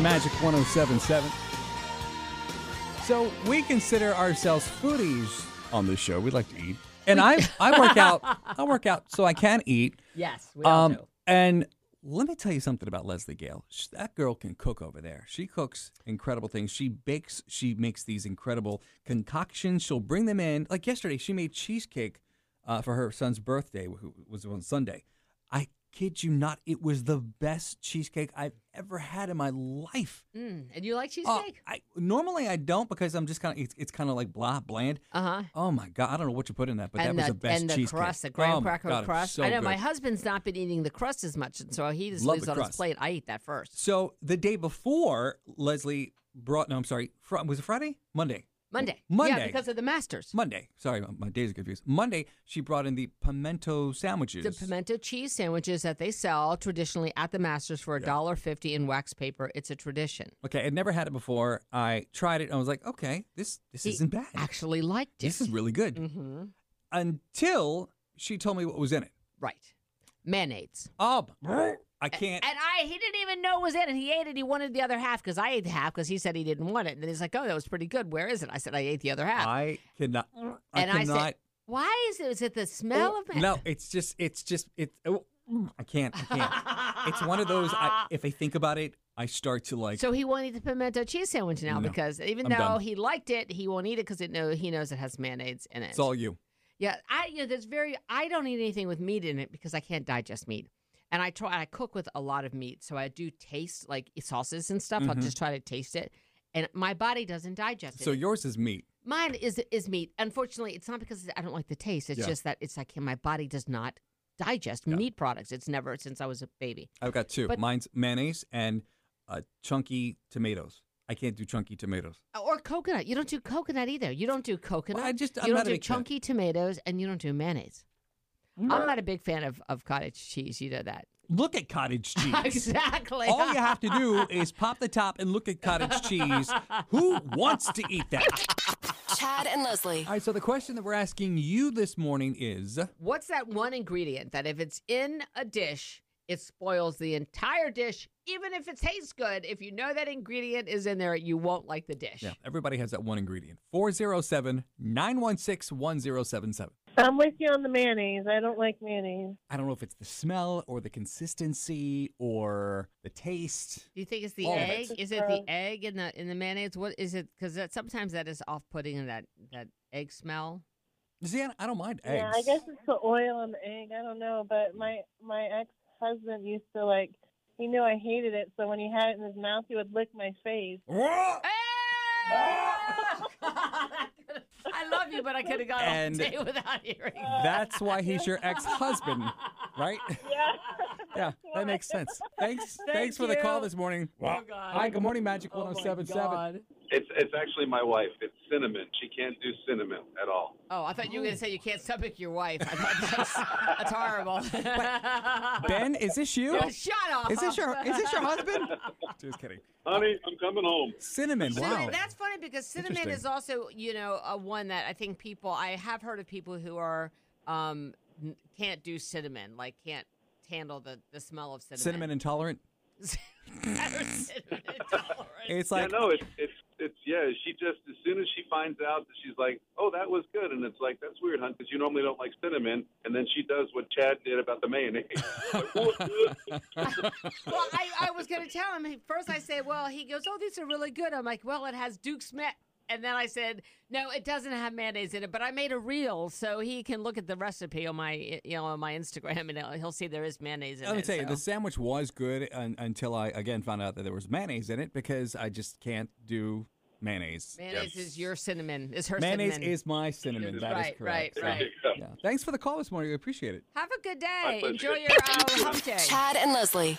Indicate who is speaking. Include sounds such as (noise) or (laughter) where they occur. Speaker 1: Magic 1077. So we consider ourselves foodies on this show. We like to eat. And I I work out I work out so I can eat.
Speaker 2: Yes, we all
Speaker 1: Um,
Speaker 2: do.
Speaker 1: and let me tell you something about Leslie Gale. Sh that girl can cook over there. She cooks incredible things. She bakes, she makes these incredible concoctions. She'll bring them in. Like yesterday, she made cheesecake uh, for her son's birthday, who was on Sunday. I kid you not, it was the best cheesecake I've ever had in my life.
Speaker 2: Mm, and you like
Speaker 1: Uh,
Speaker 2: cheesecake?
Speaker 1: I normally I don't because I'm just kind of it's, it's kind of like blah bland.
Speaker 2: Uh huh.
Speaker 1: Oh my god, I don't know what you put in that, but that
Speaker 2: and
Speaker 1: was
Speaker 2: the,
Speaker 1: the best
Speaker 2: and the
Speaker 1: cheesecake.
Speaker 2: crust, the
Speaker 1: Oh,
Speaker 2: graham
Speaker 1: my
Speaker 2: cracker
Speaker 1: God, it was
Speaker 2: crust.
Speaker 1: so
Speaker 2: I know
Speaker 1: good.
Speaker 2: my husband's not been eating the crust as much, and so he just
Speaker 1: Love
Speaker 2: leaves
Speaker 1: the
Speaker 2: it on
Speaker 1: crust.
Speaker 2: his plate. I eat that first.
Speaker 1: So the day before, Leslie brought. No, I'm sorry. Fr- was it Friday? Monday.
Speaker 2: Monday.
Speaker 1: Monday.
Speaker 2: Yeah, because of the Masters.
Speaker 1: Monday. Sorry, my- my days are confused. Monday, she brought in the pimento sandwiches.
Speaker 2: The pimento cheese sandwiches that they sell traditionally at the Masters for $1.50 in wax paper. It's a tradition.
Speaker 1: okay, I'd never had it before. I tried it. and I was like, okay, this this
Speaker 2: He
Speaker 1: isn't bad.
Speaker 2: Actually liked it.
Speaker 1: this is really good.
Speaker 2: hmm
Speaker 1: Until she told me what was in it.
Speaker 2: Right. Mayonnaise.
Speaker 1: Oh, I can't.
Speaker 2: And I, he didn't even know it was in it. He ate it. He wanted the other half because I ate the half because he said he didn't want it. And then he's like, oh, that was pretty good. Where is it? I said, I ate the other half.
Speaker 1: I cannot. I
Speaker 2: Mm. and I
Speaker 1: cannot.
Speaker 2: said, why is it? Is it the smell of it?
Speaker 1: Oh, no, it's just. It's just. It's. Oh, I can't. I can't. it's one of those.
Speaker 2: (laughs)
Speaker 1: I, if I think about it, I start to like.
Speaker 2: So he won't eat the pimento cheese sandwich now
Speaker 1: No,
Speaker 2: because even
Speaker 1: I'm
Speaker 2: though
Speaker 1: done.
Speaker 2: he liked it, he won't eat it because it know he knows it has mayonnaise in it.
Speaker 1: it's all you.
Speaker 2: yeah, I you know there's very I don't eat anything with meat in it because I can't digest meat, and I try I cook with a lot of meat, so I do taste like sauces and stuff. I'll just try to taste it, and my body doesn't digest it.
Speaker 1: Mm-hmm. So yours is meat.
Speaker 2: Mine is is meat. Unfortunately, it's not because I don't like the taste. It's
Speaker 1: Yeah.
Speaker 2: just that it's like my body does not digest meat products. It's never since I was a baby.
Speaker 1: I've got two.
Speaker 2: But-
Speaker 1: Mine's mayonnaise and uh, chunky tomatoes. I can't do chunky tomatoes.
Speaker 2: Uh, Or coconut. You don't do coconut either. You don't do coconut.
Speaker 1: I just- I'm
Speaker 2: you
Speaker 1: not
Speaker 2: don't
Speaker 1: a
Speaker 2: do
Speaker 1: big fan.
Speaker 2: chunky tomatoes, and you don't do mayonnaise. I'm not a big fan of, of cottage cheese. You know that
Speaker 1: Look at
Speaker 2: (laughs)
Speaker 1: cottage cheese.
Speaker 2: exactly.
Speaker 1: All you have to do is pop the top and look at cottage cheese. Who wants to eat that?
Speaker 3: Chad and Leslie.
Speaker 1: All right, so the question that we're asking you this morning is
Speaker 2: (laughs) What's that one ingredient that if it's in a dish, it spoils the entire dish, even if it tastes good? If you know that ingredient is in there, you won't like the dish.
Speaker 1: yeah, everybody has that one ingredient 407 916 1077.
Speaker 4: I'm with you on the mayonnaise. I don't like mayonnaise.
Speaker 1: I don't know if it's the smell or the consistency or the taste.
Speaker 2: Do you think it's the
Speaker 1: All of
Speaker 2: egg?
Speaker 1: it.
Speaker 2: Is it the egg in the in the mayonnaise? What is it? Because that sometimes that is off putting in that that egg smell.
Speaker 1: See, I- I don't mind eggs.
Speaker 4: Yeah, I guess it's the oil and the egg. I don't know, but my my ex husband used to like. He knew I hated it, so when he had it in his mouth, he would lick my face.
Speaker 2: (laughs) I love you, but I could have gone
Speaker 1: And-
Speaker 2: all day without hearing.
Speaker 1: That's why he's your ex-husband, right?
Speaker 4: Yeah.
Speaker 1: Yeah, that makes sense. Thanks, thanks for the call this morning.
Speaker 2: (laughs) Oh, God.
Speaker 1: Hi, good morning, Magic
Speaker 2: Oh, my
Speaker 1: 1077.
Speaker 2: God.
Speaker 5: It's it's actually my wife. It's cinnamon. She can't do cinnamon at all.
Speaker 2: Oh, I thought you were going to say you can't stomach your wife. I thought that's, that's horrible. (laughs)
Speaker 1: ben, is this you?
Speaker 2: Oh, shut up.
Speaker 1: Is this your is this your
Speaker 2: (laughs)
Speaker 1: husband? Just kidding.
Speaker 5: Honey, I'm coming home.
Speaker 1: Cinnamon. Wow.
Speaker 2: Cinnamon, that's funny because cinnamon
Speaker 1: Interesting.
Speaker 2: is also, you know, a one that I think people I have heard of people who are um n- can't do cinnamon, like can't handle the the smell of
Speaker 1: Cinnamon
Speaker 2: cinnamon.
Speaker 1: intolerant.
Speaker 2: (laughs) Cinnamon. cinnamon intolerant.
Speaker 1: It's like
Speaker 5: yeah, no, it's it's it's yeah. She just as soon as she finds out that she's like, oh, that was good, and it's like that's weird, hun, because you normally don't like cinnamon, and then she does what Chad did about the mayonnaise. (laughs)
Speaker 1: (laughs)
Speaker 5: Like, "What the-"
Speaker 2: well, I, I was gonna tell him first. I said, well, he goes, oh, these are really good. I'm like, well, it has Duke's Met. And then I said, no, it doesn't have mayonnaise in it. But I made a reel so he can look at the recipe on my, you know, on my Instagram, and uh, he'll- he'll see there is mayonnaise in
Speaker 1: let
Speaker 2: it.
Speaker 1: me tell you,
Speaker 2: so.
Speaker 1: the sandwich was good un- until I again found out that there was mayonnaise in it because I just can't do mayonnaise.
Speaker 2: Mayonnaise is your cinnamon. Is her
Speaker 1: Mayonnaise
Speaker 2: cinnamon.
Speaker 1: is my cinnamon. That is
Speaker 2: Right,
Speaker 1: correct.
Speaker 2: right, right.
Speaker 1: Yeah. Thanks for the call this morning. We appreciate it.
Speaker 2: Have a good day.
Speaker 5: pleasure.
Speaker 2: Enjoy your uh, hump day.
Speaker 3: Chad and Leslie.